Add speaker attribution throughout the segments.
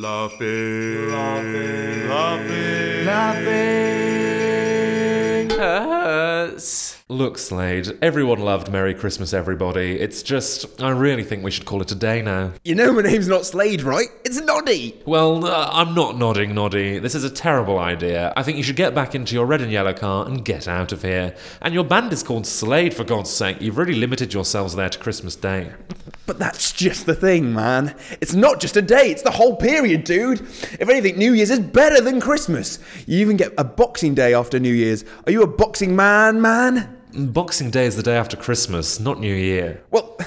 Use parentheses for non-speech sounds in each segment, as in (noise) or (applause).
Speaker 1: Laughing.
Speaker 2: Laughing.
Speaker 1: Laughing.
Speaker 3: hurts.
Speaker 2: Look, Slade, everyone loved Merry Christmas, everybody. It's just, I really think we should call it a day now.
Speaker 4: You know my name's not Slade, right? It's Noddy.
Speaker 2: Well, uh, I'm not nodding, Noddy. This is a terrible idea. I think you should get back into your red and yellow car and get out of here. And your band is called Slade, for God's sake. You've really limited yourselves there to Christmas Day.
Speaker 4: But that's just the thing, man. It's not just a day, it's the whole period, dude. If anything, New Year's is better than Christmas. You even get a boxing day after New Year's. Are you a boxing man, man?
Speaker 2: Boxing Day is the day after Christmas, not New Year.
Speaker 4: Well,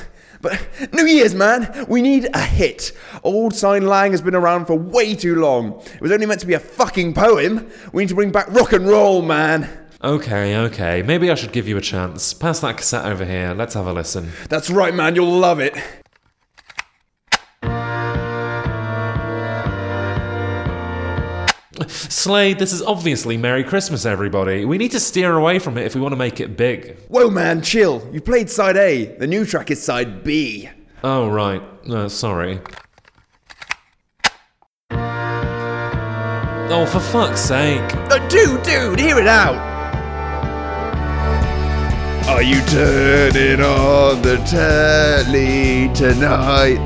Speaker 4: but New Year's, man, we need a hit. Old Sign Lang has been around for way too long. It was only meant to be a fucking poem. We need to bring back rock and roll, man.
Speaker 2: Okay, okay. Maybe I should give you a chance. Pass that cassette over here. Let's have a listen.
Speaker 4: That's right, man, you'll love it.
Speaker 2: Slade, this is obviously Merry Christmas, everybody. We need to steer away from it if we want to make it big.
Speaker 4: Whoa, man, chill. You played side A. The new track is side B.
Speaker 2: Oh, right. Uh, sorry. Oh, for fuck's sake.
Speaker 4: Uh, dude, dude, hear it out. Are you turning on the telly tonight?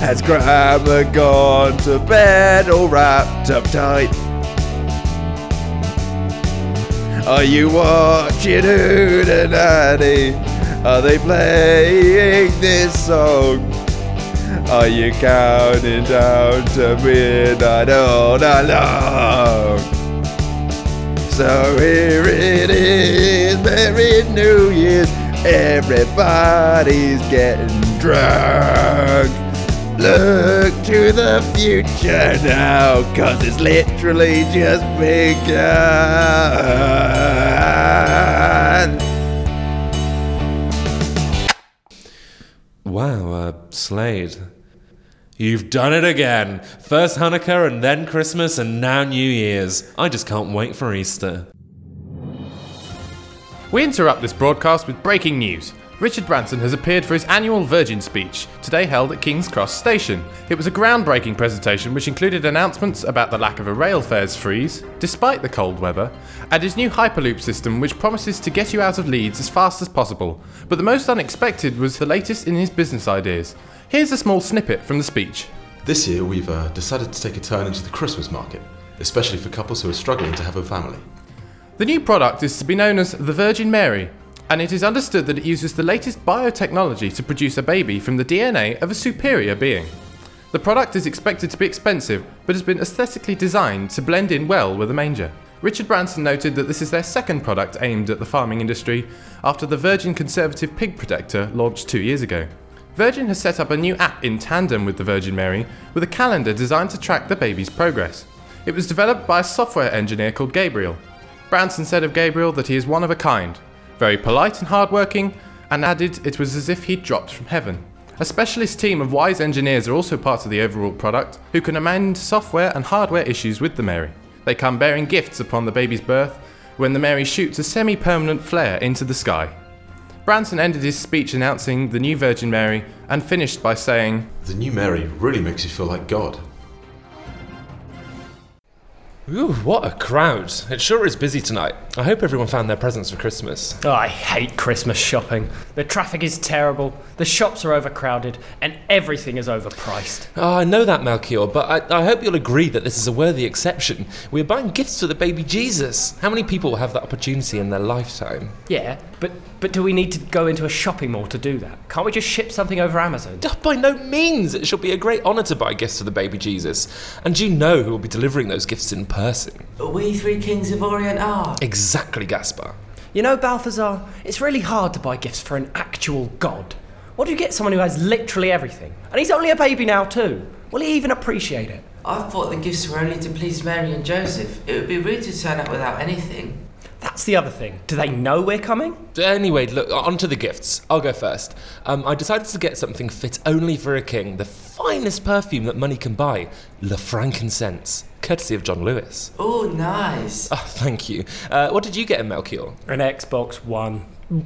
Speaker 4: Has Grandma gone to bed all wrapped up tight? Are you watching Hootenanny? Are they playing this song? Are you counting down to midnight all night long? So here it is, Merry New Year's. Everybody's getting drunk. Look to the future now, cause it's literally just begun.
Speaker 2: Wow, uh, Slade. You've done it again. First Hanukkah and then Christmas and now New Year's. I just can't wait for Easter.
Speaker 1: We interrupt this broadcast with breaking news. Richard Branson has appeared for his annual Virgin speech, today held at King's Cross Station. It was a groundbreaking presentation which included announcements about the lack of a rail fares freeze, despite the cold weather, and his new Hyperloop system which promises to get you out of Leeds as fast as possible. But the most unexpected was the latest in his business ideas. Here's a small snippet from the speech.
Speaker 5: This year, we've uh, decided to take a turn into the Christmas market, especially for couples who are struggling to have a family.
Speaker 1: The new product is to be known as the Virgin Mary, and it is understood that it uses the latest biotechnology to produce a baby from the DNA of a superior being. The product is expected to be expensive, but has been aesthetically designed to blend in well with a manger. Richard Branson noted that this is their second product aimed at the farming industry after the Virgin Conservative Pig Protector launched two years ago. Virgin has set up a new app in tandem with the Virgin Mary with a calendar designed to track the baby's progress. It was developed by a software engineer called Gabriel. Branson said of Gabriel that he is one of a kind, very polite and hardworking, and added it was as if he'd dropped from heaven. A specialist team of wise engineers are also part of the overall product, who can amend software and hardware issues with the Mary. They come bearing gifts upon the baby's birth when the Mary shoots a semi permanent flare into the sky. Branson ended his speech announcing the new Virgin Mary and finished by saying,
Speaker 5: The new Mary really makes you feel like God.
Speaker 2: Ooh, what a crowd. It sure is busy tonight. I hope everyone found their presents for Christmas.
Speaker 3: Oh, I hate Christmas shopping. The traffic is terrible, the shops are overcrowded, and everything is overpriced.
Speaker 2: Oh, I know that, Melchior, but I, I hope you'll agree that this is a worthy exception. We're buying gifts for the baby Jesus. How many people will have that opportunity in their lifetime?
Speaker 3: Yeah, but but do we need to go into a shopping mall to do that? Can't we just ship something over Amazon?
Speaker 2: Oh, By no means! It shall be a great honour to buy gifts for the baby Jesus. And you know who will be delivering those gifts in person.
Speaker 6: We three kings of Orient are.
Speaker 2: Exactly, Gaspar.
Speaker 3: You know, Balthazar, it's really hard to buy gifts for an actual god. What do you get someone who has literally everything? And he's only a baby now too. Will he even appreciate it?
Speaker 6: I thought the gifts were only to please Mary and Joseph. It would be rude to turn up without anything.
Speaker 3: That's the other thing. Do they know we're coming?
Speaker 2: Anyway, look, on to the gifts. I'll go first. Um, I decided to get something fit only for a king, the finest perfume that money can buy, Le Frankincense, courtesy of John Lewis.
Speaker 6: Oh, nice.
Speaker 2: Oh, thank you. Uh, what did you get in Melchior?
Speaker 3: An Xbox One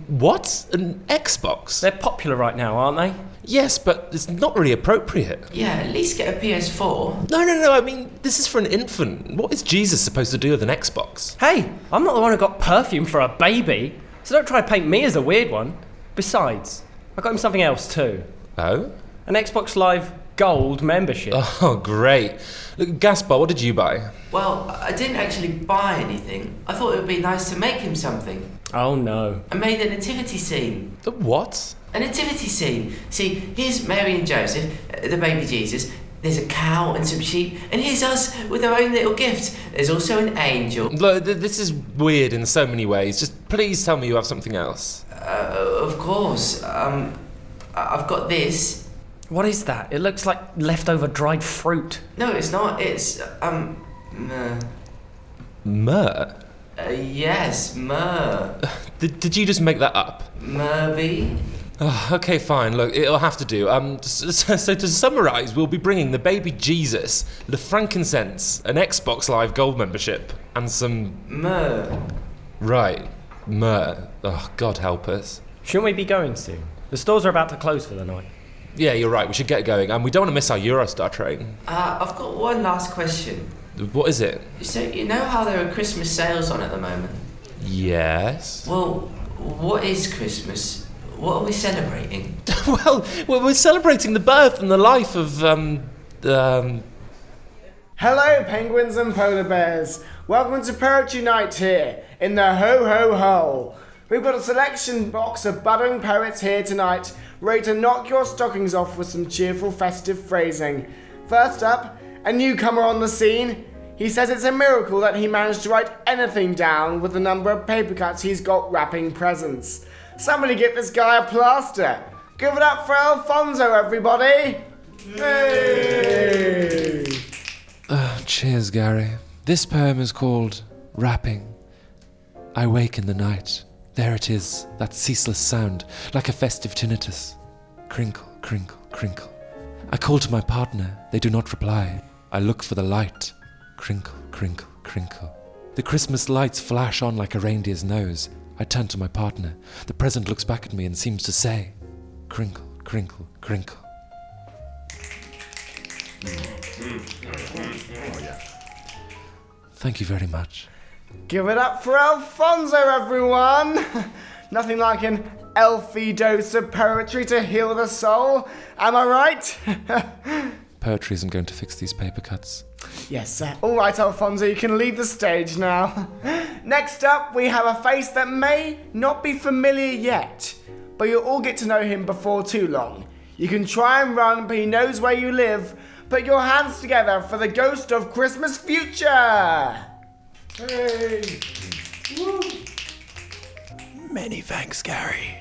Speaker 2: What? An Xbox?
Speaker 3: They're popular right now, aren't they?
Speaker 2: yes, but it's not really appropriate.
Speaker 6: Yeah, at least get a PS4.
Speaker 2: No, no, no. I mean, this is for an infant. What is Jesus supposed to do with an Xbox?
Speaker 3: Hey, I'm not the one who got perfume for a baby, so don't try to paint me as a weird one. Besides, I got him something else too
Speaker 2: Oh?
Speaker 3: an Xbox Live Gold membership.
Speaker 2: Oh, great. Look, Gaspar, what did you buy?
Speaker 6: Well, I didn't actually buy anything. I thought it would be nice to make him something.
Speaker 3: Oh no.
Speaker 6: I made a nativity scene.
Speaker 2: The What?
Speaker 6: A nativity scene. See, here's Mary and Joseph, uh, the baby Jesus. There's a cow and some sheep, and here's us with our own little gift. There's also an angel.
Speaker 2: Look, th- this is weird in so many ways. Just please tell me you have something else.
Speaker 6: Uh, of course, um, I- I've got this.
Speaker 3: What is that? It looks like leftover dried fruit.
Speaker 6: No, it's not. It's um, myrrh.
Speaker 2: Myrrh?
Speaker 6: Uh, yes, myrrh.
Speaker 2: Did, did you just make that up? (sighs)
Speaker 6: Murby.
Speaker 2: Oh, okay, fine. Look, it'll have to do. Um, (laughs) so, so to summarise, we'll be bringing the baby Jesus, the frankincense, an Xbox Live Gold membership, and some
Speaker 6: Myrrh.
Speaker 2: right myrrh. Oh, God help us.
Speaker 3: Shouldn't we be going soon? The stores are about to close for the night.
Speaker 2: Yeah, you're right. We should get going, and we don't want to miss our Eurostar train.
Speaker 6: Uh, I've got one last question.
Speaker 2: What is it?
Speaker 6: So, you know how there are Christmas sales on at the moment?
Speaker 2: Yes.
Speaker 6: Well, what is Christmas? What are we celebrating?
Speaker 2: well, well, we're celebrating the birth and the life of um, um,
Speaker 7: Hello, penguins and polar bears. Welcome to Poetry Night here in the Ho Ho Hole. We've got a selection box of budding poets here tonight, ready to knock your stockings off with some cheerful, festive phrasing. First up, a newcomer on the scene. He says it's a miracle that he managed to write anything down with the number of paper cuts he's got wrapping presents. Somebody give this guy a plaster. Give it up for Alfonso, everybody! Hey!
Speaker 2: Ah, Cheers, Gary. This poem is called Rapping. I wake in the night. There it is, that ceaseless sound, like a festive tinnitus. Crinkle, crinkle, crinkle. I call to my partner. They do not reply. I look for the light. Crinkle, crinkle, crinkle. The Christmas lights flash on like a reindeer's nose. I turn to my partner. The present looks back at me and seems to say, Crinkle, crinkle, crinkle. Thank you very much.
Speaker 7: Give it up for Alfonso, everyone! (laughs) Nothing like an elfy dose of poetry to heal the soul, am I right? (laughs)
Speaker 2: Poetry isn't going to fix these paper cuts.
Speaker 7: yes, sir. All right, Alfonso, you can leave the stage now. (laughs) Next up, we have a face that may not be familiar yet, but you'll all get to know him before too long. You can try and run, but he knows where you live. Put your hands together for the ghost of Christmas future! Hey!
Speaker 8: Many thanks, Gary.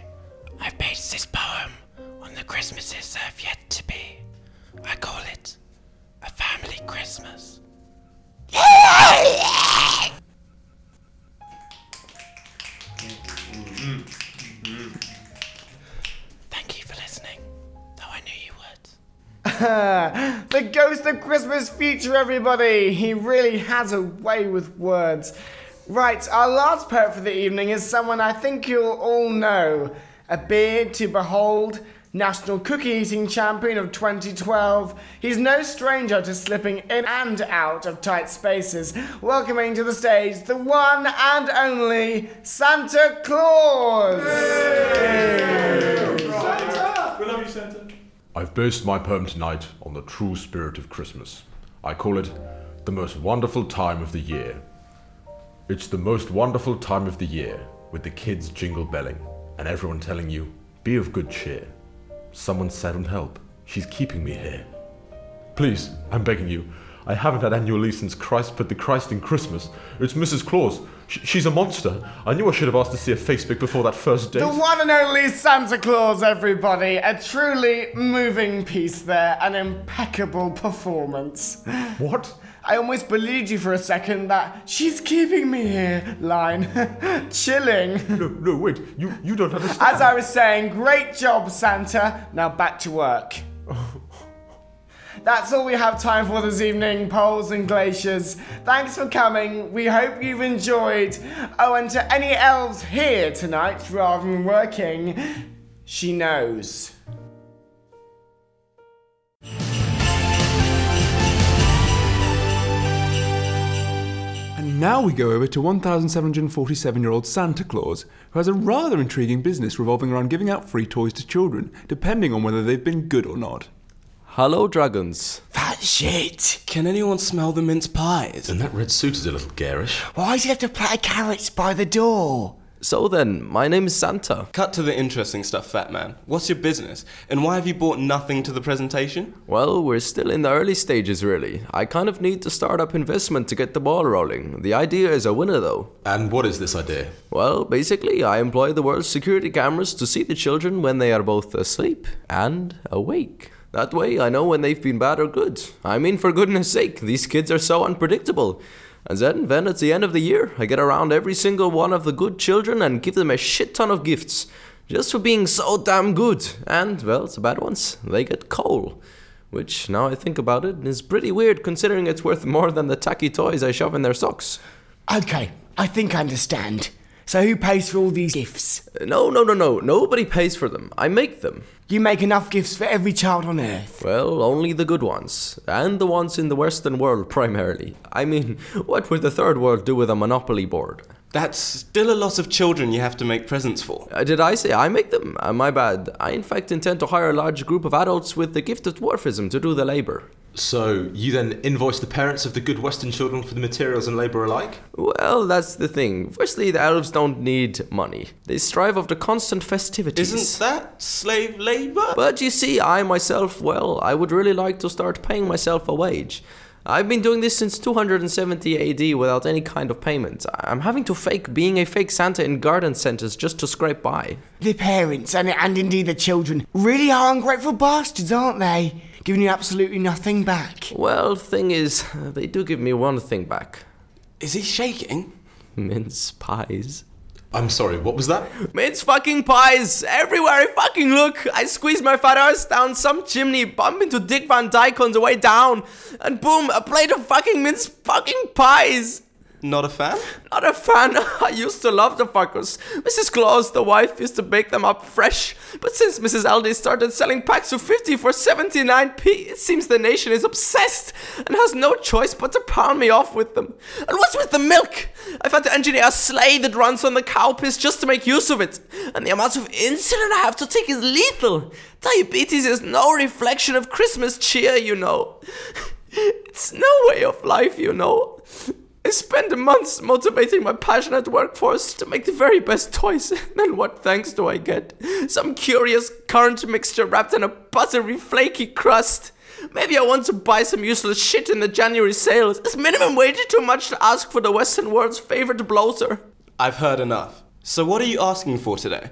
Speaker 8: I've based this poem on the Christmases that have yet to be. I call it A Family Christmas. Thank you for listening, though I knew you would.
Speaker 7: (laughs) the ghost of Christmas future, everybody! He really has a way with words. Right, our last poet for the evening is someone I think you'll all know. A beard to behold, national cookie eating champion of 2012. He's no stranger to slipping in and out of tight spaces. Welcoming to the stage the one and only Santa Claus!
Speaker 5: I've based my poem tonight on the true spirit of Christmas. I call it the most wonderful time of the year. It's the most wonderful time of the year with the kids jingle belling and everyone telling you, be of good cheer. Someone said on help, she's keeping me here. Please, I'm begging you. I haven't had annual leave since Christ put the Christ in Christmas. It's Mrs. Claus. Sh- she's a monster. I knew I should have asked to see her face pic before that first date.
Speaker 7: The one and only Santa Claus, everybody. A truly moving piece there, an impeccable performance. (laughs)
Speaker 5: what?
Speaker 7: I almost believed you for a second that she's keeping me here line. (laughs) Chilling.
Speaker 5: No, no, wait. You, you don't understand. (laughs)
Speaker 7: As I was saying, great job, Santa. Now back to work. That's all we have time for this evening, Poles and Glaciers. Thanks for coming. We hope you've enjoyed. Oh, and to any elves here tonight, rather than working, she knows.
Speaker 9: And now we go over to 1747 year old Santa Claus, who has a rather intriguing business revolving around giving out free toys to children, depending on whether they've been good or not.
Speaker 10: Hello, dragons.
Speaker 8: That shit! Can anyone smell the mince pies?
Speaker 5: And that red suit is a little garish.
Speaker 8: Why do you have to plant carrots by the door?
Speaker 10: So then, my name is Santa.
Speaker 11: Cut to the interesting stuff, fat man. What's your business? And why have you brought nothing to the presentation?
Speaker 10: Well, we're still in the early stages, really. I kind of need to start up investment to get the ball rolling. The idea is a winner, though.
Speaker 5: And what is this idea?
Speaker 10: Well, basically, I employ the world's security cameras to see the children when they are both asleep and awake. That way, I know when they've been bad or good. I mean, for goodness sake, these kids are so unpredictable. And then, then at the end of the year, I get around every single one of the good children and give them a shit ton of gifts. Just for being so damn good. And, well, the bad ones, they get coal. Which, now I think about it, is pretty weird considering it's worth more than the tacky toys I shove in their socks.
Speaker 8: Okay, I think I understand. So who pays for all these gifts?
Speaker 10: Uh, No, Oh, no, no, no. Nobody pays for them. I make them.
Speaker 8: You make enough gifts for every child on Earth.
Speaker 10: Well, only the good ones. And the ones in the Western world, primarily. I mean, (laughs) what would the Third World do with a Monopoly board?
Speaker 11: That's still a lot of children you have to make presents for.
Speaker 10: Uh, did I say I make them? Uh, my bad. I, in fact, intend to hire a large group of adults with the gift of dwarfism to do the labor.
Speaker 5: So you then invoice the parents of the good Western children for the materials and labour alike?
Speaker 10: Well, that's the thing. Firstly, the elves don't need money. They strive after constant festivities.
Speaker 11: Isn't that slave labour?
Speaker 10: But you see, I myself, well, I would really like to start paying myself a wage. I've been doing this since 270 AD without any kind of payment. I'm having to fake being a fake Santa in garden centers just to scrape by.
Speaker 8: The parents, and, and indeed the children, really are ungrateful bastards, aren't they? Giving you absolutely nothing back.
Speaker 10: Well, thing is, they do give me one thing back
Speaker 11: Is he shaking?
Speaker 10: mince pies.
Speaker 5: (laughs) I'm sorry, what was that?
Speaker 10: Mince fucking pies! Everywhere I fucking look, I squeeze my fat arse down some chimney, bump into Dick Van Dyke on the way down, and boom, a plate of fucking mince fucking pies!
Speaker 11: Not a fan?
Speaker 10: Not a fan. (laughs) I used to love the fuckers. Mrs. Claus, the wife, used to bake them up fresh. But since Mrs. Aldi started selling packs of 50 for 79p, it seems the nation is obsessed and has no choice but to pound me off with them. And what's with the milk? I've had to engineer a sleigh that runs on the cow piss just to make use of it. And the amount of insulin I have to take is lethal. Diabetes is no reflection of Christmas cheer, you know. (laughs) It's no way of life, you know. I spend months motivating my passionate workforce to make the very best toys, (laughs) and then what thanks do I get? Some curious currant mixture wrapped in a buttery, flaky crust. Maybe I want to buy some useless shit in the January sales. Is minimum wage too much to ask for the Western world's favorite bloater?
Speaker 11: I've heard enough. So what are you asking for today?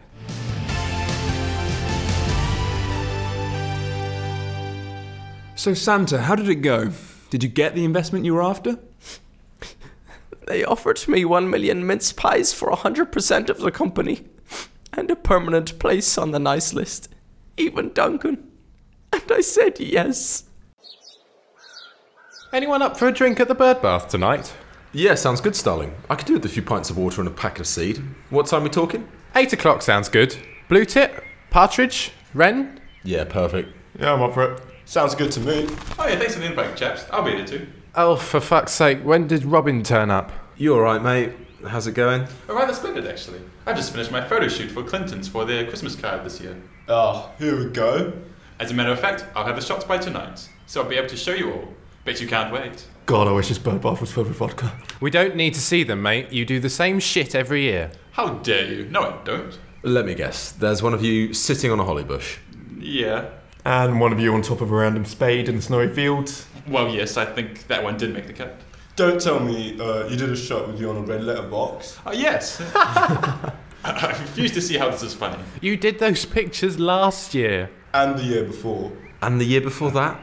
Speaker 9: So, Santa, how did it go? Did you get the investment you were after?
Speaker 10: They offered me one million mince pies for 100% of the company, (laughs) and a permanent place on the nice list. Even Duncan. And I said yes.
Speaker 1: Anyone up for a drink at the bird bath tonight?
Speaker 5: Yeah, sounds good, Starling. I could do with a few pints of water and a packet of seed.
Speaker 12: Mm.
Speaker 5: What time are we talking?
Speaker 1: 8 o'clock sounds good. Blue tit, partridge, wren.
Speaker 5: Yeah, perfect.
Speaker 13: Yeah, I'm up for it.
Speaker 11: Sounds good to me.
Speaker 13: Oh yeah, thanks for the invite, chaps. I'll be there too.
Speaker 1: Oh, for fuck's sake, when did Robin turn up?
Speaker 5: You alright, mate? How's it going?
Speaker 13: Oh, rather splendid actually. I just finished my photo shoot for Clinton's for their Christmas card this year.
Speaker 11: Oh, here we go.
Speaker 13: As a matter of fact, I'll have the shots by tonight, so I'll be able to show you all. Bet you can't wait.
Speaker 12: God, I wish this bird bath was filled with vodka.
Speaker 1: We don't need to see them, mate. You do the same shit every year.
Speaker 13: How dare you? No, I don't.
Speaker 5: Let me guess. There's one of you sitting on a holly bush.
Speaker 13: Yeah.
Speaker 12: And one of you on top of a random spade in the snowy field.
Speaker 13: Well, yes, I think that one did make the cut.
Speaker 14: Don't tell me uh, you did a shot with you on a red letter box.
Speaker 9: Uh,
Speaker 14: (laughs)
Speaker 13: Oh, yes. I refuse to see how Oh, this is funny. (laughs)
Speaker 1: You did those pictures last year.
Speaker 14: And the year before.
Speaker 5: And the year before that?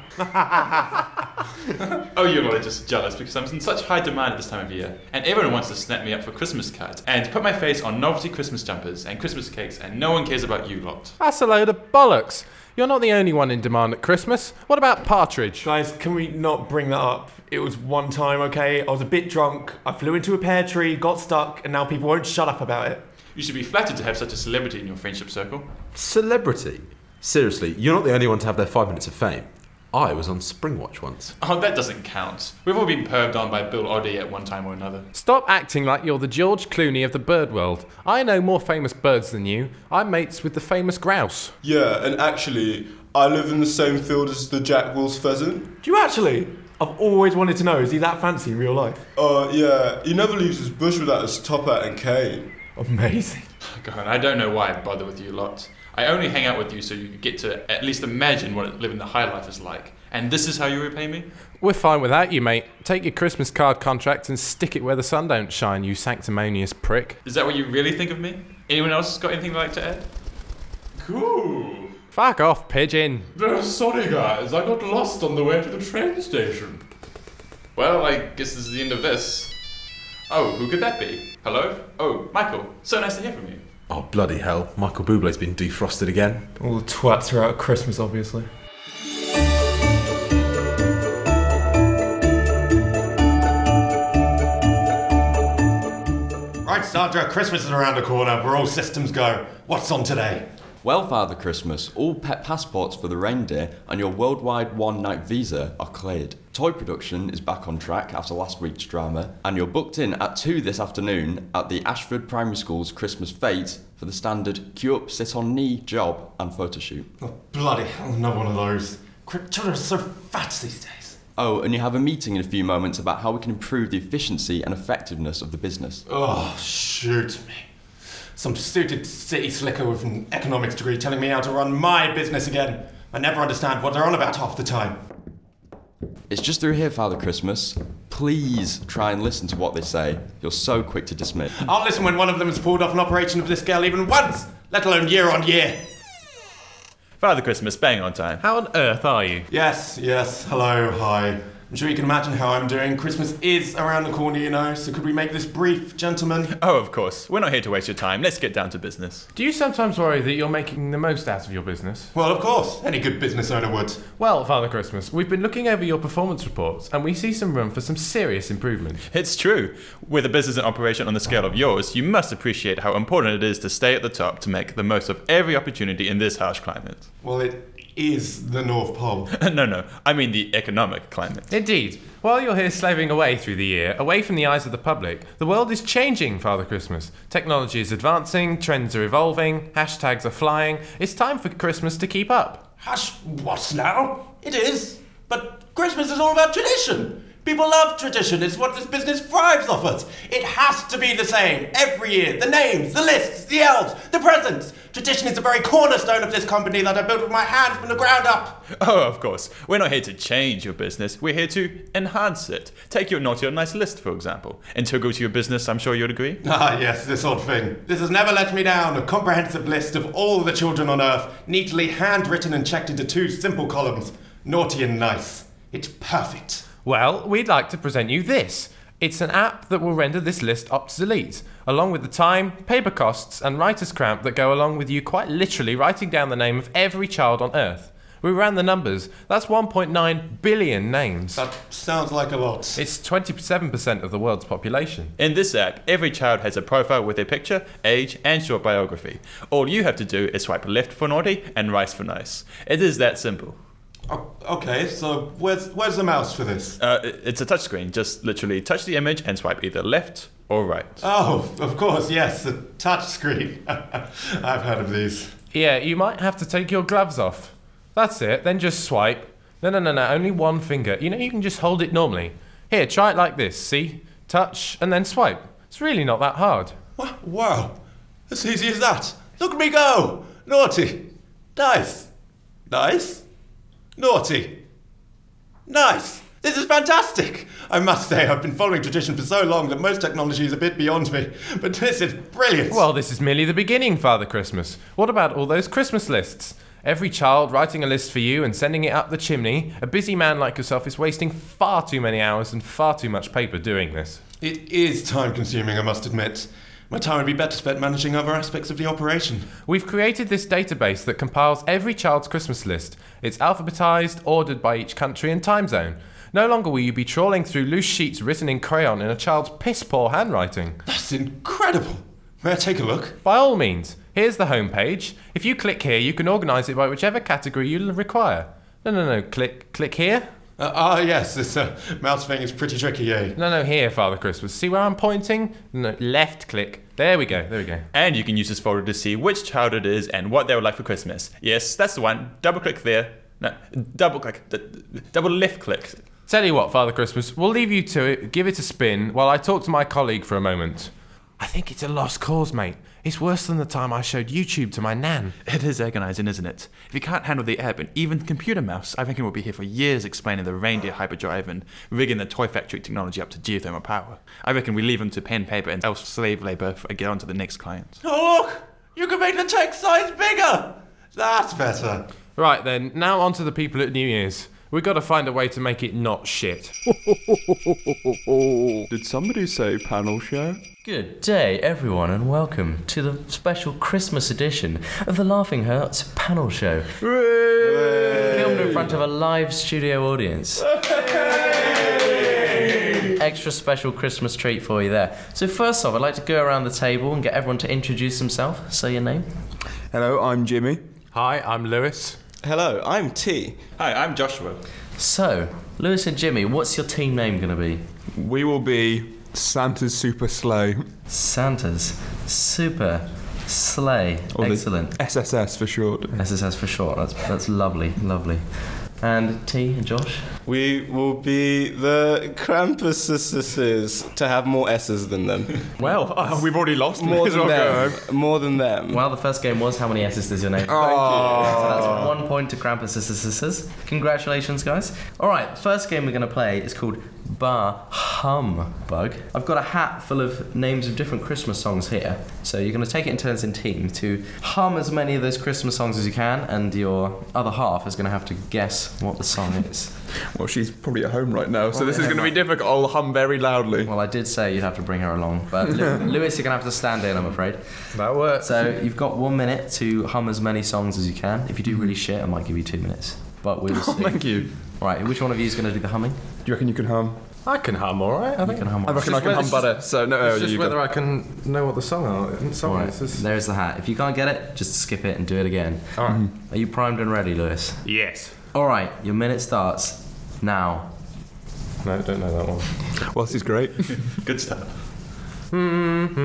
Speaker 13: Oh, you're all just jealous because I'm in such high demand at this time of year, and everyone wants to snap me up for Christmas cards and put my face on novelty Christmas jumpers and Christmas cakes, and no one cares about you lot.
Speaker 1: That's a load of bollocks. You're not the only one in demand at Christmas. What about Partridge?
Speaker 12: Guys, can we not bring that up? It was one time, okay? I was a bit drunk. I flew into a pear tree, got stuck, and now people won't shut up about it.
Speaker 13: You should be flattered to have such a celebrity in your friendship circle.
Speaker 15: Celebrity? Seriously, you're not the only one to have their five minutes of fame. I was on Springwatch once.
Speaker 13: Oh, that doesn't count. We've all been perved on by Bill Oddie at one time or another.
Speaker 1: Stop acting like you're the George Clooney of the bird world. I know more famous birds than you. I'm mates with the famous grouse.
Speaker 14: Yeah, and actually, I live in the same field as the Jack Wolf's pheasant.
Speaker 12: Do you actually? I've always wanted to know is he that fancy in real life?
Speaker 14: Uh, yeah, he never leaves his bush without his top hat and cane.
Speaker 12: Amazing.
Speaker 13: God, I don't know why I bother with you lot. I only hang out with you so you get to at least imagine what living the high life is like. And this is how you repay me?
Speaker 1: We're fine without you, mate. Take your Christmas card contract and stick it where the sun don't shine, you sanctimonious prick.
Speaker 13: Is that what you really think of me? Anyone else got anything they'd like to add? Cool.
Speaker 1: Fuck off, pigeon.
Speaker 5: No, sorry, guys. I got lost on the way to the train station.
Speaker 13: Well, I guess this is the end of this. Oh, who could that be? Hello? Oh, Michael. So nice to hear from you.
Speaker 15: Oh, bloody hell. Michael Bublé's been defrosted again.
Speaker 12: All the twats are out at Christmas, obviously.
Speaker 16: Right, Sandra, Christmas is around the corner. We're all systems go. What's on today?
Speaker 17: Well, Father Christmas, all pet passports for the reindeer and your worldwide one night visa are cleared. Toy production is back on track after last week's drama, and you're booked in at 2 this afternoon at the Ashford Primary School's Christmas Fete for the standard queue up, sit on knee job and photo shoot.
Speaker 16: Oh, Bloody hell, not one of those. Cri- Children are so fat these days.
Speaker 17: Oh, and you have a meeting in a few moments about how we can improve the efficiency and effectiveness of the business.
Speaker 16: Oh, shoot me. Some suited city slicker with an economics degree telling me how to run my business again. I never understand what they're on about half the time.
Speaker 17: It's just through here, Father Christmas. Please try and listen to what they say. You're so quick to dismiss.
Speaker 16: I'll listen when one of them has pulled off an operation of this scale even once, let alone year on year.
Speaker 13: Father Christmas, bang on time.
Speaker 1: How on earth are you?
Speaker 16: Yes, yes, hello, hi. I'm sure you can imagine how I'm doing. Christmas is around the corner, you know, so could we make this brief, gentlemen?
Speaker 13: Oh, of course. We're not here to waste your time. Let's get down to business.
Speaker 1: Do you sometimes worry that you're making the most out of your business?
Speaker 16: Well, of course. Any good business owner would.
Speaker 1: Well, Father Christmas, we've been looking over your performance reports and we see some room for some serious improvement.
Speaker 13: It's true. With a business in operation on the scale of yours, you must appreciate how important it is to stay at the top to make the most of every opportunity in this harsh climate. (laughs)
Speaker 16: Well, it is the North Pole.
Speaker 13: no, no, I mean the economic climate.
Speaker 1: Indeed. While you're here slaving away through the year, away from the eyes of the public, the world is changing, Father Christmas. Technology is advancing, trends are evolving, hashtags are flying. It's time for Christmas to keep up.
Speaker 16: Hush, what now? It is. But Christmas is all about tradition. People love tradition. It's what this business thrives off us. It has to be the same every year. The names, the lists, the elves, the presents. Tradition is the very cornerstone of this company that I built with my hand from the ground up.
Speaker 13: Oh, of course. We're not here to change your business. We're here to enhance it. Take your naughty or nice list, for example. Integral to your business, I'm sure you'd agree.
Speaker 16: (laughs) Ah, yes, this odd thing. This has never let me down. A comprehensive list of all the children on Earth, neatly handwritten and checked into two simple columns naughty and nice. It's perfect.
Speaker 1: Well, we'd like to present you this. It's an app that will render this list obsolete, along with the time, paper costs, and writer's cramp that go along with you quite literally writing down the name of every child on Earth. We ran the numbers. That's 1.9 billion names.
Speaker 16: That sounds like a lot.
Speaker 1: It's 27% of the world's population.
Speaker 13: In this app, every child has a profile with their picture, age, and short biography. All you have to do is swipe left for naughty and right for nice. It is that simple.
Speaker 16: O- Okay, so where's where's the mouse for this?
Speaker 13: Uh, it- it's a touchscreen. Just literally touch the image and swipe either left or right.
Speaker 16: Oh, of course, yes, the touch screen. (laughs) I've heard of these.
Speaker 1: Yeah, you might have to take your gloves off. That's it, then just swipe. No, no, no, no, only one finger. You know, you can just hold it normally. Here, try it like this, see? Touch and then swipe. It's really not that hard.
Speaker 16: What? Wow, as easy as that. Look at me go! Naughty, nice, nice, naughty, nice. This is fantastic. I must say, I've been following tradition for so long that most technology is a bit beyond me. But this is brilliant.
Speaker 1: Well, this is merely the beginning, Father Christmas. What about all those Christmas lists? Every child writing a list for you and sending it up the chimney, a busy man like yourself is wasting far too many hours and far too much paper doing this.
Speaker 16: It is time consuming, I must admit. My time would be better spent managing other aspects of the operation.
Speaker 1: We've created this database that compiles every child's Christmas list. It's alphabetized, ordered by each country and time zone. No longer will you be trawling through loose sheets written in crayon in a child's piss poor handwriting.
Speaker 16: That's incredible! May I take a look?
Speaker 1: By all means, here's the homepage. If you click here, you can organise it by whichever category you l- require. No, no, no, click, click here.
Speaker 16: Uh, ah, yes, this uh, mouse thing is pretty tricky, eh?
Speaker 1: No, no, here, Father Christmas. See where I'm pointing? No, left click. There we go, there we go.
Speaker 18: And you can use this folder to see which child it is and what they would like for Christmas. Yes, that's the one. Double click there. No, double click. D- d- double left click.
Speaker 1: Tell you what, Father Christmas, we'll leave you to it, give it a spin while I talk to my colleague for a moment. I think it's a lost cause, mate. It's worse than the time I showed YouTube to my nan.
Speaker 18: It is agonizing, isn't it? If you can't handle the app and even the computer mouse, I reckon we'll be here for years explaining the reindeer hyperdrive and rigging the toy factory technology up to geothermal power. I reckon we leave them to pen, paper, and else slave labor for get on to the next
Speaker 13: (laughs)
Speaker 18: client.
Speaker 16: Oh, look! You can make the text size bigger! That's better.
Speaker 1: Right then, now on to the people at New Year's. We've got to find a way to make it not shit.
Speaker 9: (laughs) Did somebody say panel show?
Speaker 19: Good day, everyone, and welcome to the special Christmas edition of the Laughing Hearts panel show. Filmed in front of a live studio audience. Extra special Christmas treat for you there. So, first off, I'd like to go around the table and get everyone to introduce themselves. Say your name.
Speaker 9: Hello, I'm Jimmy.
Speaker 1: Hi, I'm Lewis.
Speaker 18: Hello, I'm T. Hi, I'm Joshua.
Speaker 19: So, Lewis and Jimmy, what's your team name going to be?
Speaker 9: We will be Santa's Super Sleigh.
Speaker 19: Santa's Super Sleigh. Excellent.
Speaker 9: SSS for short.
Speaker 19: SSS for short. That's that's lovely, lovely. And T and Josh.
Speaker 11: We will be the Krampuses to have more S's than
Speaker 10: (laughs)
Speaker 11: them.
Speaker 19: Well,
Speaker 16: uh, we've already lost.
Speaker 11: More than them. More than them.
Speaker 19: Well, the first game was how many S's does your name?
Speaker 9: Oh.
Speaker 19: So that's one point to Krampus Sisters. Congratulations, guys. All right, first game we're going to play is called Bar Humbug. I've got a hat full of names of different Christmas songs here. So you're going to take it in turns in team to hum as many of those Christmas songs as you can, and your other half is going to have to guess what the song is.
Speaker 9: (laughs) Well, she's probably at home right now, so this is going to be difficult. I'll hum very loudly.
Speaker 19: Well, I did say you'd have to bring her along, but Lew- Lewis, you're going to have to stand in, I'm afraid. That works. So you've got one minute to hum as many songs as you can. If you do really shit, I might give you two minutes. But
Speaker 1: (laughs)
Speaker 19: we'll
Speaker 1: Oh,
Speaker 19: see.
Speaker 9: Thank you.
Speaker 19: Right, which one of you is going to do the humming?
Speaker 9: Do you reckon you can hum?
Speaker 1: I can hum alright. I think
Speaker 19: can hum
Speaker 9: I reckon I can hum butter, so no,
Speaker 1: It's
Speaker 9: you
Speaker 1: just
Speaker 9: go.
Speaker 1: whether I can know what the song are. Song
Speaker 19: Alright,
Speaker 1: is. It's-
Speaker 19: there's the hat. If you can't get it, just skip it and do it again. Alright. Are you primed and ready, Lewis?
Speaker 1: Yes.
Speaker 19: Alright, your minute starts now.
Speaker 1: No, don't know that one. Hmm,
Speaker 9: Well, this is great.
Speaker 18: (laughs) Good stuff.
Speaker 9: Uh, it's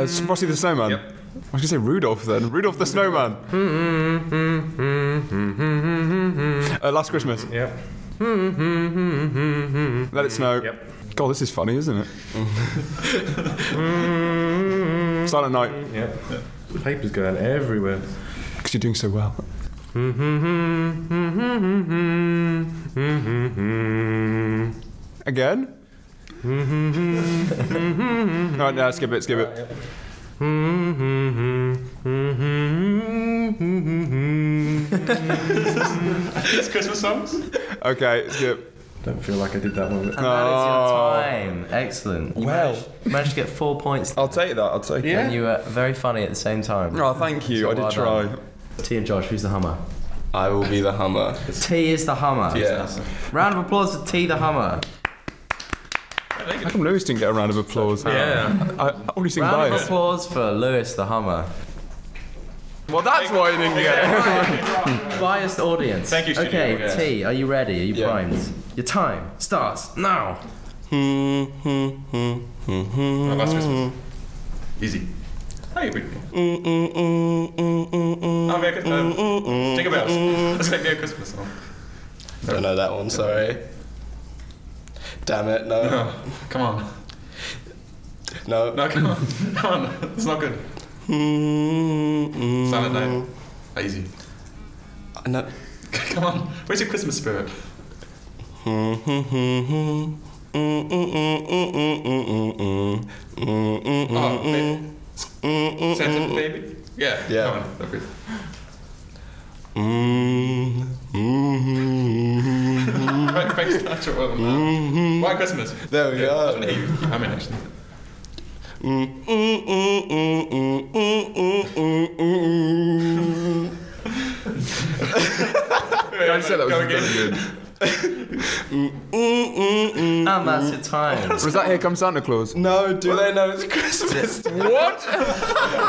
Speaker 1: Mm-hmm.
Speaker 9: Frosty the Snowman. Yep. I was going to say Rudolph then. Rudolph the Snowman. uh, last Christmas.
Speaker 1: Yep.
Speaker 18: (laughs)
Speaker 9: Let it snow. Yep. God, this is funny, isn't
Speaker 1: (laughs)
Speaker 9: it? Silent Night.
Speaker 1: Yep. Paper's going everywhere.
Speaker 9: Because you're doing so well. Again? Alright, now skip it, skip it.
Speaker 1: Mm-hmm.
Speaker 2: Mm-hmm.
Speaker 13: it's Christmas songs?
Speaker 9: Okay, skip. Ah.
Speaker 1: Don't feel like I did that one.
Speaker 19: And that is your time. Excellent. You
Speaker 9: Oh. Well.
Speaker 19: managed, managed to get four points.
Speaker 9: I'll take that. I'll take
Speaker 19: it. And you were very funny at the same time.
Speaker 9: Oh, thank you. I did try.
Speaker 19: T and Josh, who's the Hummer?
Speaker 11: I will be the Hummer.
Speaker 19: T is the Hummer.
Speaker 11: Yeah.
Speaker 19: Round of applause to T the Hummer.
Speaker 9: How come Lewis didn't get a round of applause?
Speaker 19: Yeah.
Speaker 9: I, I only sing
Speaker 19: Round of
Speaker 9: bias.
Speaker 19: applause for Lewis the Hummer.
Speaker 9: Well, that's why he didn't get it.
Speaker 19: (laughs) Biased audience.
Speaker 9: Thank you, studio
Speaker 19: Okay,
Speaker 9: audience.
Speaker 19: T, are you ready? Are you primed? Your time starts now.
Speaker 13: last Christmas. Easy. Hi, everybody. Oh, Merry Christmas. Um, Jingle bells. That's like Merry Christmas song.
Speaker 11: Don't know that one, sorry. Damn it, no.
Speaker 13: No, come on.
Speaker 11: No.
Speaker 13: No, come on. Come on. It's not good. Silent night. Easy.
Speaker 11: Mm-hmm. No.
Speaker 13: (laughs) Come on. Where's your Christmas spirit?
Speaker 11: Oh,
Speaker 18: Uh,
Speaker 13: Santa baby? Yeah.
Speaker 11: Yeah.
Speaker 9: Mm-hmm.
Speaker 13: Right, Frank Sinatra, well, man. White Christmas.
Speaker 11: Mm-hmm. There we go.
Speaker 13: I'm in actually.
Speaker 15: I said that was really good.
Speaker 19: And
Speaker 11: Ah,
Speaker 19: that's your time.
Speaker 9: Was that Here Comes Santa Claus?
Speaker 11: No, do they know it's Christmas?
Speaker 1: What? (laughs)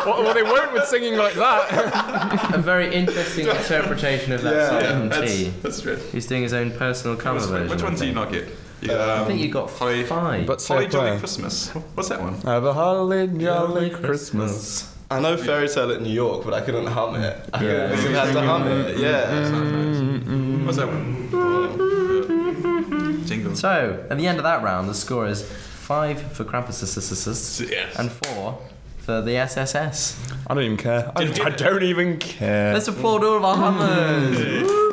Speaker 1: well, well, they won't with singing like that.
Speaker 19: (laughs) A very interesting interpretation of that
Speaker 13: Yeah,
Speaker 19: song.
Speaker 13: that's-
Speaker 19: T.
Speaker 13: that's true.
Speaker 19: He's doing his own personal cover
Speaker 13: Which one-
Speaker 19: version.
Speaker 13: Which one
Speaker 19: I
Speaker 13: do you
Speaker 19: think.
Speaker 13: not get? Um,
Speaker 9: Um,
Speaker 19: I think you got
Speaker 13: Holly,
Speaker 19: five.
Speaker 13: But Holly Jolly Christmas. What's that one?
Speaker 11: Have a holly jolly Christmas. I know fairy tale at New York, but I couldn't hum it. I
Speaker 13: Yeah.
Speaker 11: couldn't have to hum it. Yeah.
Speaker 13: Mm-hmm. What's that one? Jingle.
Speaker 19: Mm-hmm. So, at the end of that round, the score is five for Krampus and four for the SSS.
Speaker 11: I don't even care. I, I don't even care.
Speaker 19: Let's applaud all of our hummers. Woo.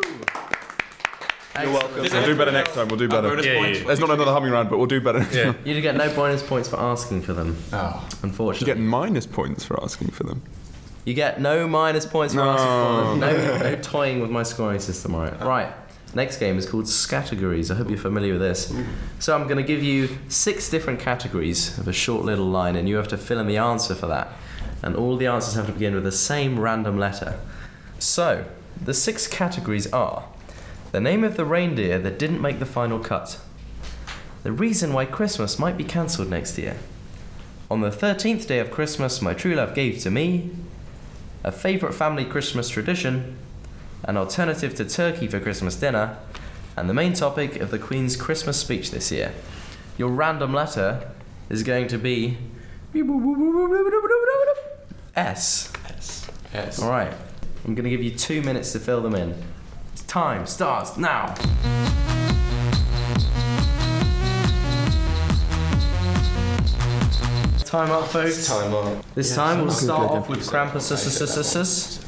Speaker 11: You're welcome.
Speaker 9: We'll do better next time. We'll do better.
Speaker 19: bonus Yeah, points. yeah.
Speaker 9: There's not another humming round, but we'll do better. (laughs)
Speaker 19: Yeah. You get no bonus points for asking for them.
Speaker 9: Oh,
Speaker 19: unfortunately.
Speaker 9: You're getting minus points for asking for them.
Speaker 19: You get no minus points for
Speaker 9: No.
Speaker 19: asking for them. No, no toying with my scoring system, alright. Right. Next game is called Scategories. I hope you're familiar with this. So I'm going to give you six different categories of a short little line, and you have to fill in the answer for that. And all the answers have to begin with the same random letter. So the six categories are the name of the reindeer that didn't make the final cut, the reason why Christmas might be cancelled next year, on the 13th day of Christmas, my true love gave to me, a favourite family Christmas tradition, an alternative to turkey for Christmas dinner, and the main topic of the Queen's Christmas speech this year. Your random letter is going to be S. S. S. All right. I'm going to give you two minutes to fill them in. Time starts now. Time up, folks.
Speaker 11: Time up.
Speaker 19: This
Speaker 11: Yeah,
Speaker 19: time we'll
Speaker 11: sounds good,
Speaker 19: start
Speaker 11: good,
Speaker 19: off with Krampus.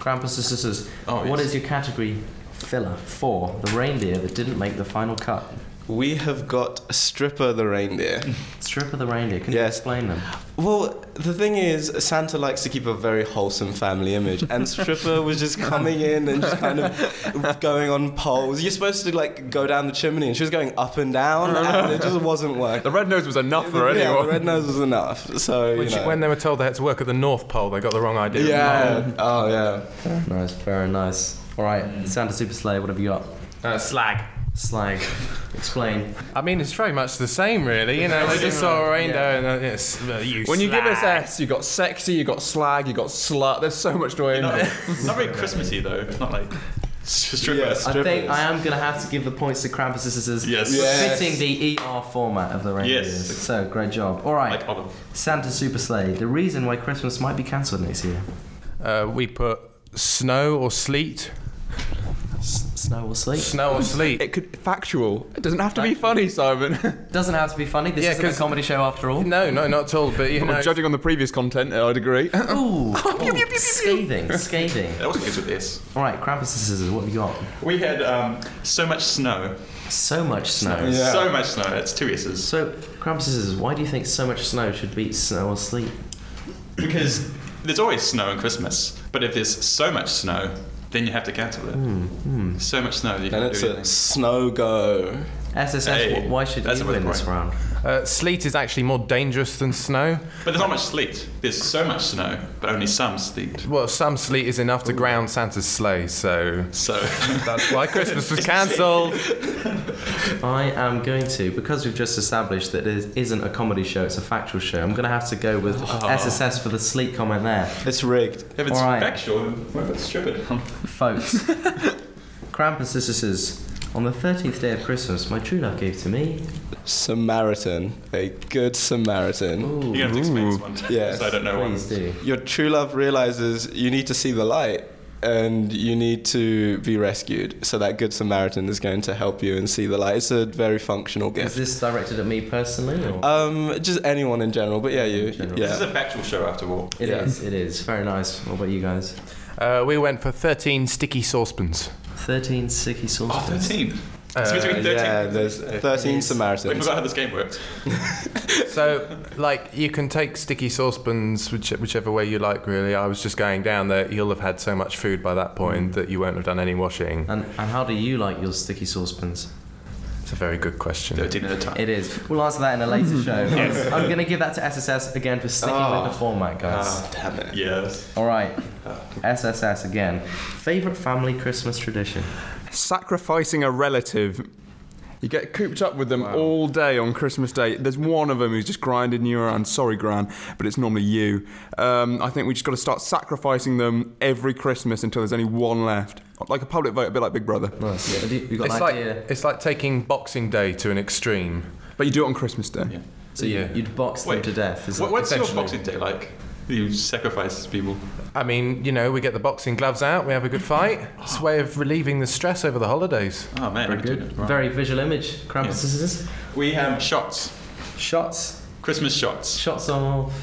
Speaker 19: Krampus.
Speaker 11: Oh,
Speaker 19: What is your category filler for the reindeer that didn't make the final cut?
Speaker 11: We have got Stripper the Reindeer.
Speaker 19: Stripper the Reindeer, can you explain them?
Speaker 11: Well, the thing is, Santa likes to keep a very wholesome family image, and Stripper was
Speaker 19: (laughs)
Speaker 11: just coming in and just kind of going on poles. You're supposed to like go down the chimney, and she was going up and down, and it just wasn't working. The
Speaker 9: red nose was enough
Speaker 1: (laughs) for
Speaker 11: yeah,
Speaker 1: anyone.
Speaker 11: The red nose was enough. So
Speaker 1: Which,
Speaker 11: you know.
Speaker 1: when they were told they had to work at the North Pole, they got the wrong idea.
Speaker 11: yeah. Oh yeah.
Speaker 19: Nice, very nice. All right, Santa Super Slay, what have you got? Uh, slag. Slag. Explain.
Speaker 1: I mean, it's very much the same, really. You
Speaker 11: (laughs)
Speaker 1: know, they just saw a reindeer and uh, yes, uh, you.
Speaker 4: When you give us
Speaker 1: slag.
Speaker 4: S, you got sexy, you got slag, you got slut. There's so much to
Speaker 19: (laughs)
Speaker 4: it.
Speaker 13: Not very Christmassy though. It's Not like stripper.
Speaker 19: I think I am going to have to give the points to Krampus. This is
Speaker 13: Yes. Yes.
Speaker 19: fitting the ER format of the reindeers.
Speaker 13: Yes.
Speaker 19: So, great job. All right. Santa Super Slay, the reason why Christmas might be cancelled next year.
Speaker 1: Uh, we put snow or sleet.
Speaker 19: snow or sleet.
Speaker 1: Snow or sleet.
Speaker 9: it could factual. It doesn't have to be funny, Simon. (laughs)
Speaker 19: Doesn't have to be funny. This isn't a comedy show after all.
Speaker 1: No, no, not at all. But you know,
Speaker 9: judging on the previous content, I'd agree.
Speaker 19: Ooh, scathing, scathing.
Speaker 13: That wasn't good with this.
Speaker 19: All right, Krampus scissors. What have you got?
Speaker 13: We had um, so much snow.
Speaker 19: So much snow.
Speaker 13: So much snow. That's two S's.
Speaker 19: So, Krampus scissors. Why do you think so much snow should beat snow or sleet?
Speaker 13: Because there's always snow in Christmas, but if there's so much snow, then you have to cancel it. So much snow that you
Speaker 11: Then
Speaker 13: can't
Speaker 11: Mm, it's
Speaker 13: do
Speaker 11: a snow go.
Speaker 19: SSS.
Speaker 13: Hey,
Speaker 19: why should
Speaker 13: that's
Speaker 19: you
Speaker 13: a
Speaker 19: win this
Speaker 13: point.
Speaker 19: round?
Speaker 1: uh, sleet is actually more dangerous than snow.
Speaker 13: But there's not much sleet. There's so much snow, but only some sleet.
Speaker 1: Well, some sleet is enough to ground Santa's sleigh, so.
Speaker 13: So.
Speaker 1: (laughs) That's why Christmas (laughs) was cancelled.
Speaker 19: I am going to, because we've just established that it isn't a comedy show, it's a factual show, I'm going to have to go with
Speaker 13: Oh.
Speaker 19: SSS for the sleep comment there.
Speaker 11: It's rigged.
Speaker 13: If it's factual, then why put stupid on?
Speaker 19: Folks,
Speaker 13: (laughs)
Speaker 19: Krampus Sisters, on the 13th day of Christmas, my true love gave to me.
Speaker 11: Samaritan, a good Samaritan.
Speaker 13: You're gonna have to explain this one.
Speaker 11: (laughs) Yes.
Speaker 13: So I don't know one.
Speaker 11: Your true love realizes you need to see the light and you need to be rescued. So that good Samaritan is going to help you and see the light. It's a very functional
Speaker 19: Is
Speaker 11: gift.
Speaker 19: this directed at me personally? Or?
Speaker 11: Um, just anyone in general, but yeah, you.
Speaker 13: This is
Speaker 11: Yeah.
Speaker 13: a factual show after all.
Speaker 19: It is. it is. Very nice. What about you guys?
Speaker 1: Uh, we went for 13 sticky saucepans.
Speaker 13: Oh,
Speaker 19: 13 sticky saucepans.
Speaker 13: 13. It's
Speaker 1: Uh,
Speaker 13: between 13
Speaker 11: yeah,
Speaker 1: (laughs)
Speaker 11: there's 13 Samaritans.
Speaker 13: We forgot how this game
Speaker 11: (laughs)
Speaker 13: worked.
Speaker 1: so, like, you can take sticky saucepans which, whichever way you like, really. I was just going down there. You'll have had so much food by that point that you won't have done any washing.
Speaker 19: Mm. And, and how do you like your sticky saucepans?
Speaker 1: It's a very good question.
Speaker 13: 13 at a time.
Speaker 19: It is. We'll answer that in a later show.
Speaker 13: Yes.
Speaker 19: I'm going to give that to SSS again for sticking with the format, guys.
Speaker 13: Ah. damn it. Yes.
Speaker 19: All right. SSS again. Favorite family Christmas tradition?
Speaker 9: Sacrificing a relative. You get cooped up with them all day on Christmas Day. There's one of them who's just grinding you around. Sorry, Gran, but it's normally you. Um, I think we just got to start sacrificing them every Christmas until there's only one left. Like a public vote, a bit like Big Brother.
Speaker 19: Nice.
Speaker 1: it's like it's like taking Boxing Day to an extreme,
Speaker 9: but you do it on Christmas Day.
Speaker 19: So you, you'd box
Speaker 1: them to death.
Speaker 13: Wha- what's your boxing day like? You sacrifice people.
Speaker 1: I mean, you know, we get the boxing gloves out, we have a good fight. It's a way of relieving the stress over the holidays.
Speaker 13: Oh man,
Speaker 1: Very
Speaker 13: good.
Speaker 19: Very visual image. Krampus scissors.
Speaker 13: We have shots.
Speaker 19: Shots.
Speaker 13: Christmas shots.
Speaker 19: Shots of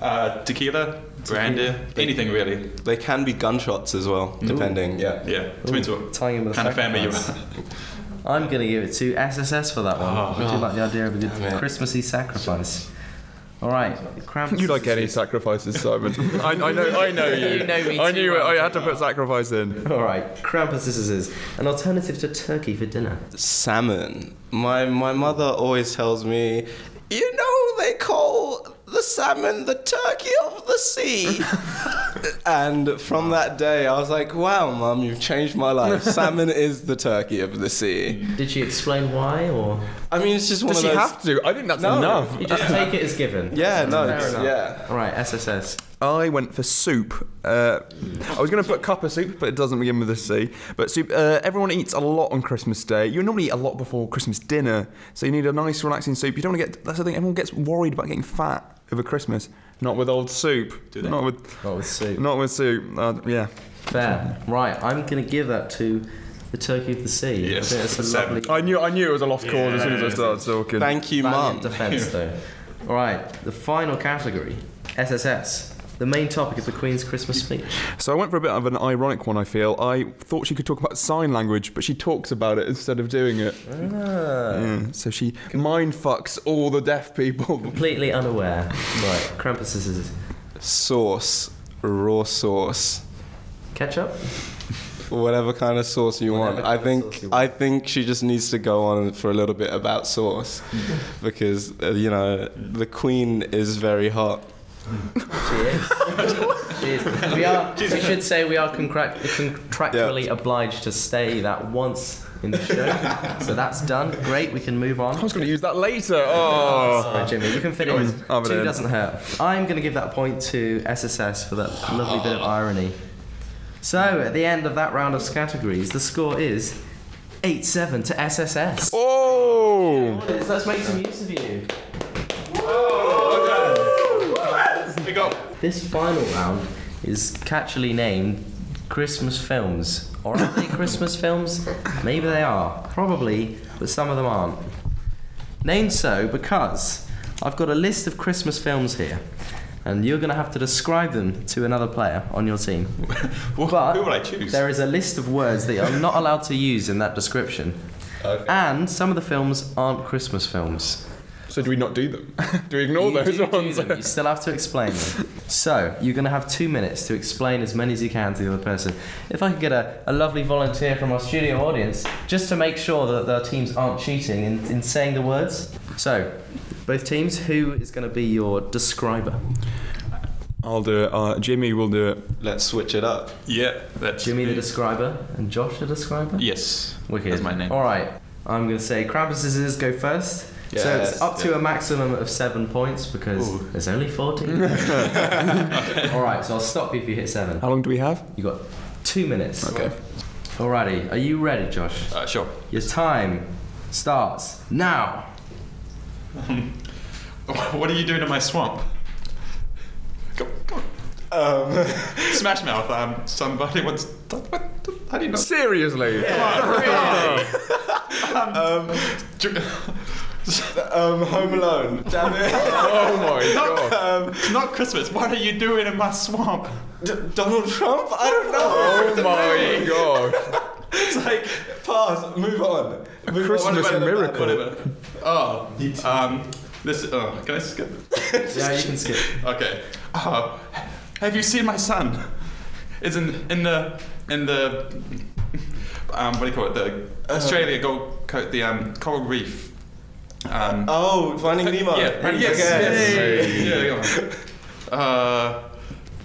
Speaker 13: uh, tequila, brandy, anything
Speaker 11: (laughs)
Speaker 13: really.
Speaker 11: They can be gunshots as well, depending. Yeah.
Speaker 13: Yeah. Depends what
Speaker 19: tying in with a
Speaker 13: kind of family you
Speaker 19: sacrifice.
Speaker 13: are.
Speaker 19: I'm going to give it to SSS for that one.
Speaker 13: Oh, Ah.
Speaker 19: I do like the idea of a good Christmassy sacrifice. All right. Krampus.
Speaker 9: You like any
Speaker 19: (laughs)
Speaker 9: sacrifices, Simon? I, I know, I know you.
Speaker 19: You know me
Speaker 9: I
Speaker 19: too
Speaker 9: knew it.
Speaker 19: well.
Speaker 9: I had to put sacrifice in.
Speaker 19: All right. Krampus scissors. An alternative to turkey for dinner.
Speaker 11: Salmon. My my mother always tells me, you know they call the salmon the turkey of the sea. and from that day, I was like, wow, mum, you've changed
Speaker 19: (laughs)
Speaker 11: my life. salmon is the turkey of the sea.
Speaker 19: Did she explain why, or?
Speaker 11: I mean, it's just one
Speaker 19: Does
Speaker 11: of
Speaker 19: she
Speaker 11: those.
Speaker 19: have
Speaker 9: to? I think that's
Speaker 11: no.
Speaker 9: enough.
Speaker 19: You just take it as given.
Speaker 11: Yeah, no,
Speaker 19: Fair
Speaker 11: it's-
Speaker 19: enough.
Speaker 11: yeah.
Speaker 19: All right, SSS.
Speaker 9: I went for soup. Uh, I was going to put copper soup, but it doesn't begin with a C. But soup. Uh, everyone eats a lot on Christmas Day. You normally eat a lot before Christmas dinner, so you need a nice, relaxing soup. You don't want to get. That's the thing. Everyone gets worried about getting fat over Christmas. Not with old soup. Do
Speaker 19: they?
Speaker 9: Not with.
Speaker 19: Not with soup.
Speaker 9: Not with soup. Uh, yeah.
Speaker 19: Fair. Right, I'm going to give that to the Turkey of the Sea.
Speaker 9: Yes,
Speaker 19: I think that's a
Speaker 9: Sam.
Speaker 19: lovely.
Speaker 9: I knew. I knew it was a lost cause as soon as I started talking.
Speaker 19: Valiant defence,
Speaker 9: (laughs)
Speaker 19: though. All right, the final category SSS. The main topic of the Queen's Christmas speech.
Speaker 9: So I went for a bit of an ironic one. I feel I thought she could talk about sign language, but she talks about it instead of doing it.
Speaker 19: Ah.
Speaker 9: Yeah, so she mind fucks all the deaf people.
Speaker 19: Completely unaware. Right, Krampus scissors.
Speaker 11: Sauce. Raw sauce.
Speaker 19: Ketchup?
Speaker 11: Whatever kind of sauce you want. I think I think she just needs to go on for a little bit about (laughs) sauce because uh, you know the queen is very hot.
Speaker 19: Cheers. Cheers. We are. We should say we are contract- contractually obliged to say that once in the show. so that's done. Great. We can move on. I was
Speaker 9: going to use that later. Oh,
Speaker 19: sorry, Jimmy. You can fit it
Speaker 9: Always
Speaker 19: in.
Speaker 9: rub it
Speaker 19: Two
Speaker 9: in.
Speaker 19: doesn't hurt. I'm going to give that point to SSS for that lovely bit of irony. So at the end of that round of categories, the score is. 8-7 to SSS.
Speaker 9: Oh!
Speaker 19: Let's make some use of you. This final round is catchily named Christmas films. Or are they (coughs) Christmas films? Maybe they are. Probably, but some of them aren't. Named so because I've got a list of Christmas films here, and you're going to have to describe them to another player on your (laughs) team. but who will I choose? There is a list of words that you're not allowed to use in that description. And some of the films aren't Christmas films.
Speaker 9: So do we not do them? (laughs) do we ignore
Speaker 19: those ones? you still have to explain them. So you're going to have two minutes to explain as many as you can to the other person. If I could get a, a lovely volunteer from our studio audience just to make sure that their teams aren't cheating in, in saying the words. So, both teams, who is going to be your describer?
Speaker 9: I'll do it. Uh, Jimmy will do it.
Speaker 11: Let's switch it up.
Speaker 13: Yeah, that's
Speaker 19: Jimmy the describer and Josh the describer.
Speaker 13: Yes.
Speaker 19: Wicked.
Speaker 13: That's my name.
Speaker 19: All right, I'm going to say Krampus scissors go first. So it's
Speaker 13: Yes.
Speaker 19: up to a maximum of seven points because there's only (laughs)
Speaker 9: (laughs)
Speaker 19: 14. All right, so I'll stop you if you hit seven.
Speaker 9: How long do we have?
Speaker 19: You got two minutes. Okay. Alrighty, are you ready, Josh?
Speaker 13: Uh, sure.
Speaker 19: Your time starts now.
Speaker 13: (laughs) what are you doing in my swamp?
Speaker 11: Um.
Speaker 13: (laughs) Smash Mouth. Um, somebody wants. What? How do you know?
Speaker 9: Seriously.
Speaker 11: um, (laughs) um, Home Alone. Damn it.
Speaker 9: oh my
Speaker 13: god. it's (laughs) not Christmas. What are you doing in my swamp?
Speaker 11: D- Donald Trump? I don't
Speaker 9: Oh
Speaker 11: know.
Speaker 9: my god.
Speaker 11: It's like
Speaker 14: fast. Move on. Move
Speaker 13: Christmas
Speaker 14: on.
Speaker 13: miracle. Oh, um, this. Oh, can I skip? yeah, you can skip. (laughs) Okay. Uh, have you seen my son? It's in in the in the um what do you call it the Australia Gold Coast the um coral reef. Um,
Speaker 14: oh, Finding Nemo.
Speaker 13: Yeah,
Speaker 14: There you
Speaker 13: yes,
Speaker 14: go.
Speaker 13: yes,
Speaker 14: Yay.
Speaker 13: yeah, yeah. Uh,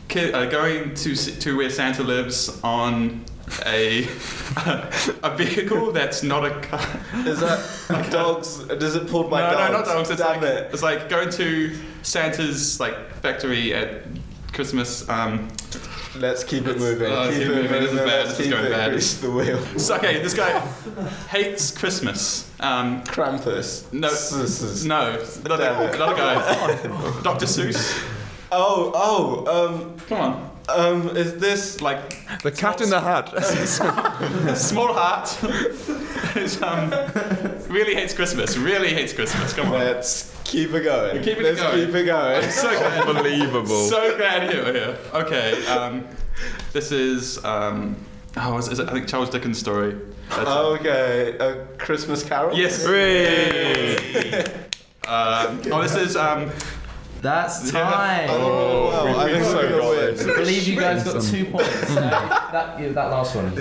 Speaker 13: kid, uh, going to s- to where Santa lives on a (laughs) a vehicle that's not a car.
Speaker 14: Is
Speaker 13: (laughs)
Speaker 14: that dogs? Does it pull my
Speaker 13: no,
Speaker 14: dogs?
Speaker 13: No, not dogs. It's like it's like going to Santa's like factory at Christmas. Um,
Speaker 14: Let's keep it moving.
Speaker 13: Oh,
Speaker 14: Keep
Speaker 13: keep
Speaker 14: it
Speaker 13: it moving. This is
Speaker 14: moving.
Speaker 13: bad.
Speaker 14: Let's
Speaker 13: This is
Speaker 14: keep
Speaker 13: going
Speaker 14: it.
Speaker 13: bad.
Speaker 14: Grease the wheel.
Speaker 13: So, okay, this guy hates Christmas. Um,
Speaker 14: Krampus.
Speaker 13: No, no, another, another
Speaker 14: (laughs)
Speaker 13: guy. Dr. Seuss.
Speaker 14: Oh, oh, um.
Speaker 13: Come on.
Speaker 14: Um, is this.
Speaker 13: Like.
Speaker 14: The cat in the hat.
Speaker 13: Small heart. It's, um, really hates Christmas. Really hates Christmas. Come on.
Speaker 14: Let's keep it going.
Speaker 13: We're keeping
Speaker 14: Let's
Speaker 13: it going.
Speaker 14: keep it going.
Speaker 13: I'm so glad.
Speaker 14: Unbelievable.
Speaker 13: So glad you were here. Okay. Um, this is. Um, oh, is, is it, I think Charles Dickens' story. That's it.
Speaker 14: Oh, okay, a Christmas Carol?
Speaker 13: Yes. um, oh, this is. Um,
Speaker 19: That's
Speaker 13: time.
Speaker 19: Oh, I think so,
Speaker 13: so
Speaker 19: I believe you guys got two points. so that, yeah, that last one.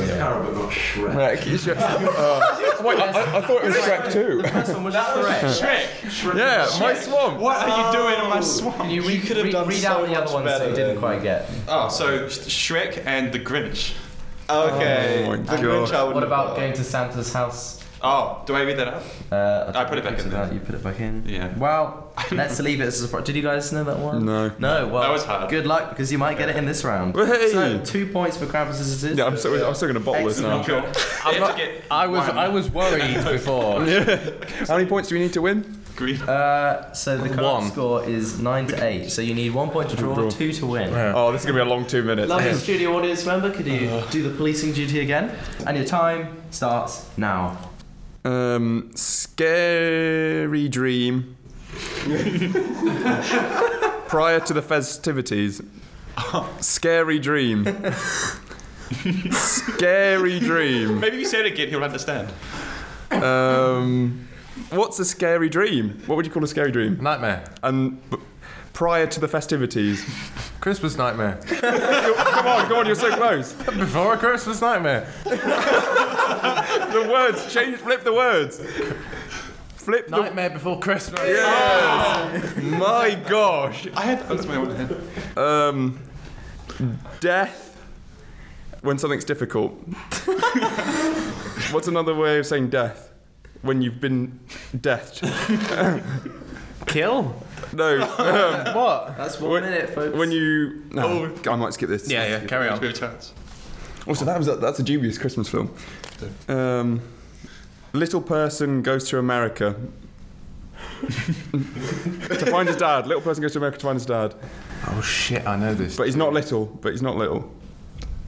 Speaker 9: Right, can you sh- uh, wait, I, I thought it was Shrek 2.
Speaker 19: That was
Speaker 13: Shrek.
Speaker 9: Yeah, my
Speaker 13: Shrek.
Speaker 9: swamp.
Speaker 13: What are you doing in my swamp?
Speaker 19: Oh. You, re-
Speaker 13: could have
Speaker 19: re-
Speaker 13: done
Speaker 19: read
Speaker 13: so
Speaker 19: out the
Speaker 13: much
Speaker 19: other ones that you
Speaker 13: better
Speaker 19: didn't
Speaker 13: then.
Speaker 19: quite get.
Speaker 13: Oh, so Sh- Shrek and the Grinch.
Speaker 14: Okay.
Speaker 13: Oh my
Speaker 19: And
Speaker 13: God.
Speaker 19: What about going to Santa's house?
Speaker 13: Oh, do I read that out?
Speaker 19: Uh,
Speaker 13: I put it back in there.
Speaker 19: You put it back in.
Speaker 13: Yeah. (laughs)
Speaker 19: Well, let's leave it as a surprise. Did you guys know that one?
Speaker 9: No.
Speaker 19: No. Well,
Speaker 13: That was hard.
Speaker 19: Good luck because you might get it in this round.
Speaker 9: Hey!
Speaker 19: So two points for Krampus as it is.
Speaker 9: Yeah, I'm still, I'm still going to bottle this now.
Speaker 19: Excellent.
Speaker 13: I'm not,
Speaker 19: I was- I was
Speaker 1: (laughs)
Speaker 19: worried
Speaker 9: (laughs)
Speaker 19: before.
Speaker 9: How many points do we need to win?
Speaker 19: Uh, so the current score is nine to eight. So you need one point to draw, two to win.
Speaker 9: Oh, this is going to be a long two minutes.
Speaker 19: Lovely studio audience member, could you
Speaker 1: Uh.
Speaker 19: do the policing duty again? And your time starts now.
Speaker 9: Um, scary dream. Prior to the festivities. Scary dream. scary dream.
Speaker 13: Maybe if you say it again, he'll understand.
Speaker 9: Um, what's a scary dream? What would you call a scary dream?
Speaker 1: Nightmare.
Speaker 9: And b- prior to the festivities.
Speaker 1: Christmas nightmare.
Speaker 9: (laughs) come on, come on, you're so close.
Speaker 1: Before a Christmas nightmare.
Speaker 9: the words change. Flip the words. Flip
Speaker 1: nightmare before Christmas.
Speaker 9: Yes. My gosh.
Speaker 13: I had oh, that's my one hand.
Speaker 9: Um, death when something's difficult. What's another way of saying death? When you've been deathed.
Speaker 1: Kill?
Speaker 9: No. Um,
Speaker 1: what?
Speaker 19: That's one minute, folks.
Speaker 9: when
Speaker 11: (laughs)
Speaker 9: you. (laughs) No, I might skip this.
Speaker 1: Oh. Yeah, yeah, carry on.
Speaker 13: Give it a chance.
Speaker 9: Also, that was a, that's a dubious Christmas film. Um, little person goes to America (laughs) to find his dad. Little person goes to America to find his dad.
Speaker 1: Oh shit, I know this.
Speaker 9: But he's not little. But he's not little.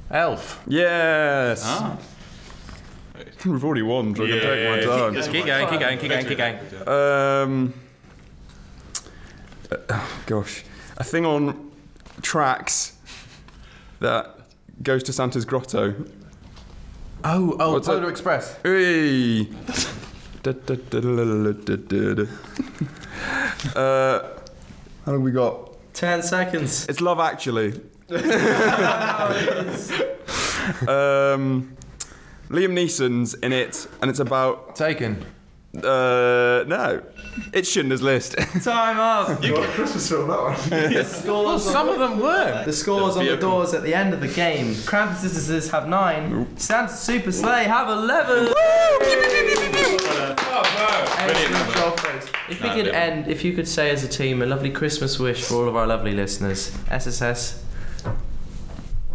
Speaker 1: Elf.
Speaker 9: Yes. (laughs) We've already won. So I can take my time.
Speaker 1: Just keep going, keep going, keep going, keep going.
Speaker 9: Um, uh, oh, gosh, a thing on tracks that goes to Santa's grotto.
Speaker 1: Oh, oh,
Speaker 9: What's
Speaker 1: Polar
Speaker 9: that?
Speaker 1: Express. (laughs)
Speaker 9: Hey. (laughs) Da, da, da, da, da, da, da, da, da. uh, how long we got?
Speaker 19: Ten seconds.
Speaker 9: It's Love Actually. um, Liam Neeson's in it, and it's about
Speaker 1: Taken.
Speaker 9: Uh, no, it's Schindler's List.
Speaker 19: Time up.
Speaker 9: (laughs) You got a Christmas film that one. (laughs)
Speaker 19: Scores
Speaker 1: Well, some of them were.
Speaker 19: (laughs) The scores on the doors at the end of the game. Krampus Sisters have nine. Santa Super Sleigh have eleven. Excellent job, folks. If we
Speaker 10: Nah,
Speaker 19: could
Speaker 10: never.
Speaker 19: end, if you could say as a team a lovely Christmas wish for all of our lovely listeners. SSS.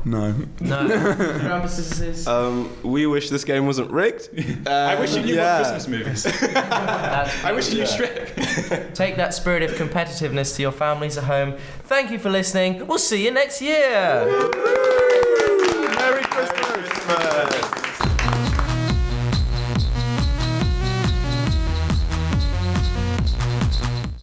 Speaker 9: No.
Speaker 13: (laughs)
Speaker 19: No. Krampus Sisters.
Speaker 11: Um, we wish this game wasn't rigged.
Speaker 13: I wish you
Speaker 11: Um,
Speaker 13: knew
Speaker 11: yeah.
Speaker 13: what Christmas
Speaker 11: (laughs)
Speaker 13: movies. I wish you knew Shrek.
Speaker 19: Take that spirit of competitiveness to your families at home. Thank you for listening. We'll see you next year.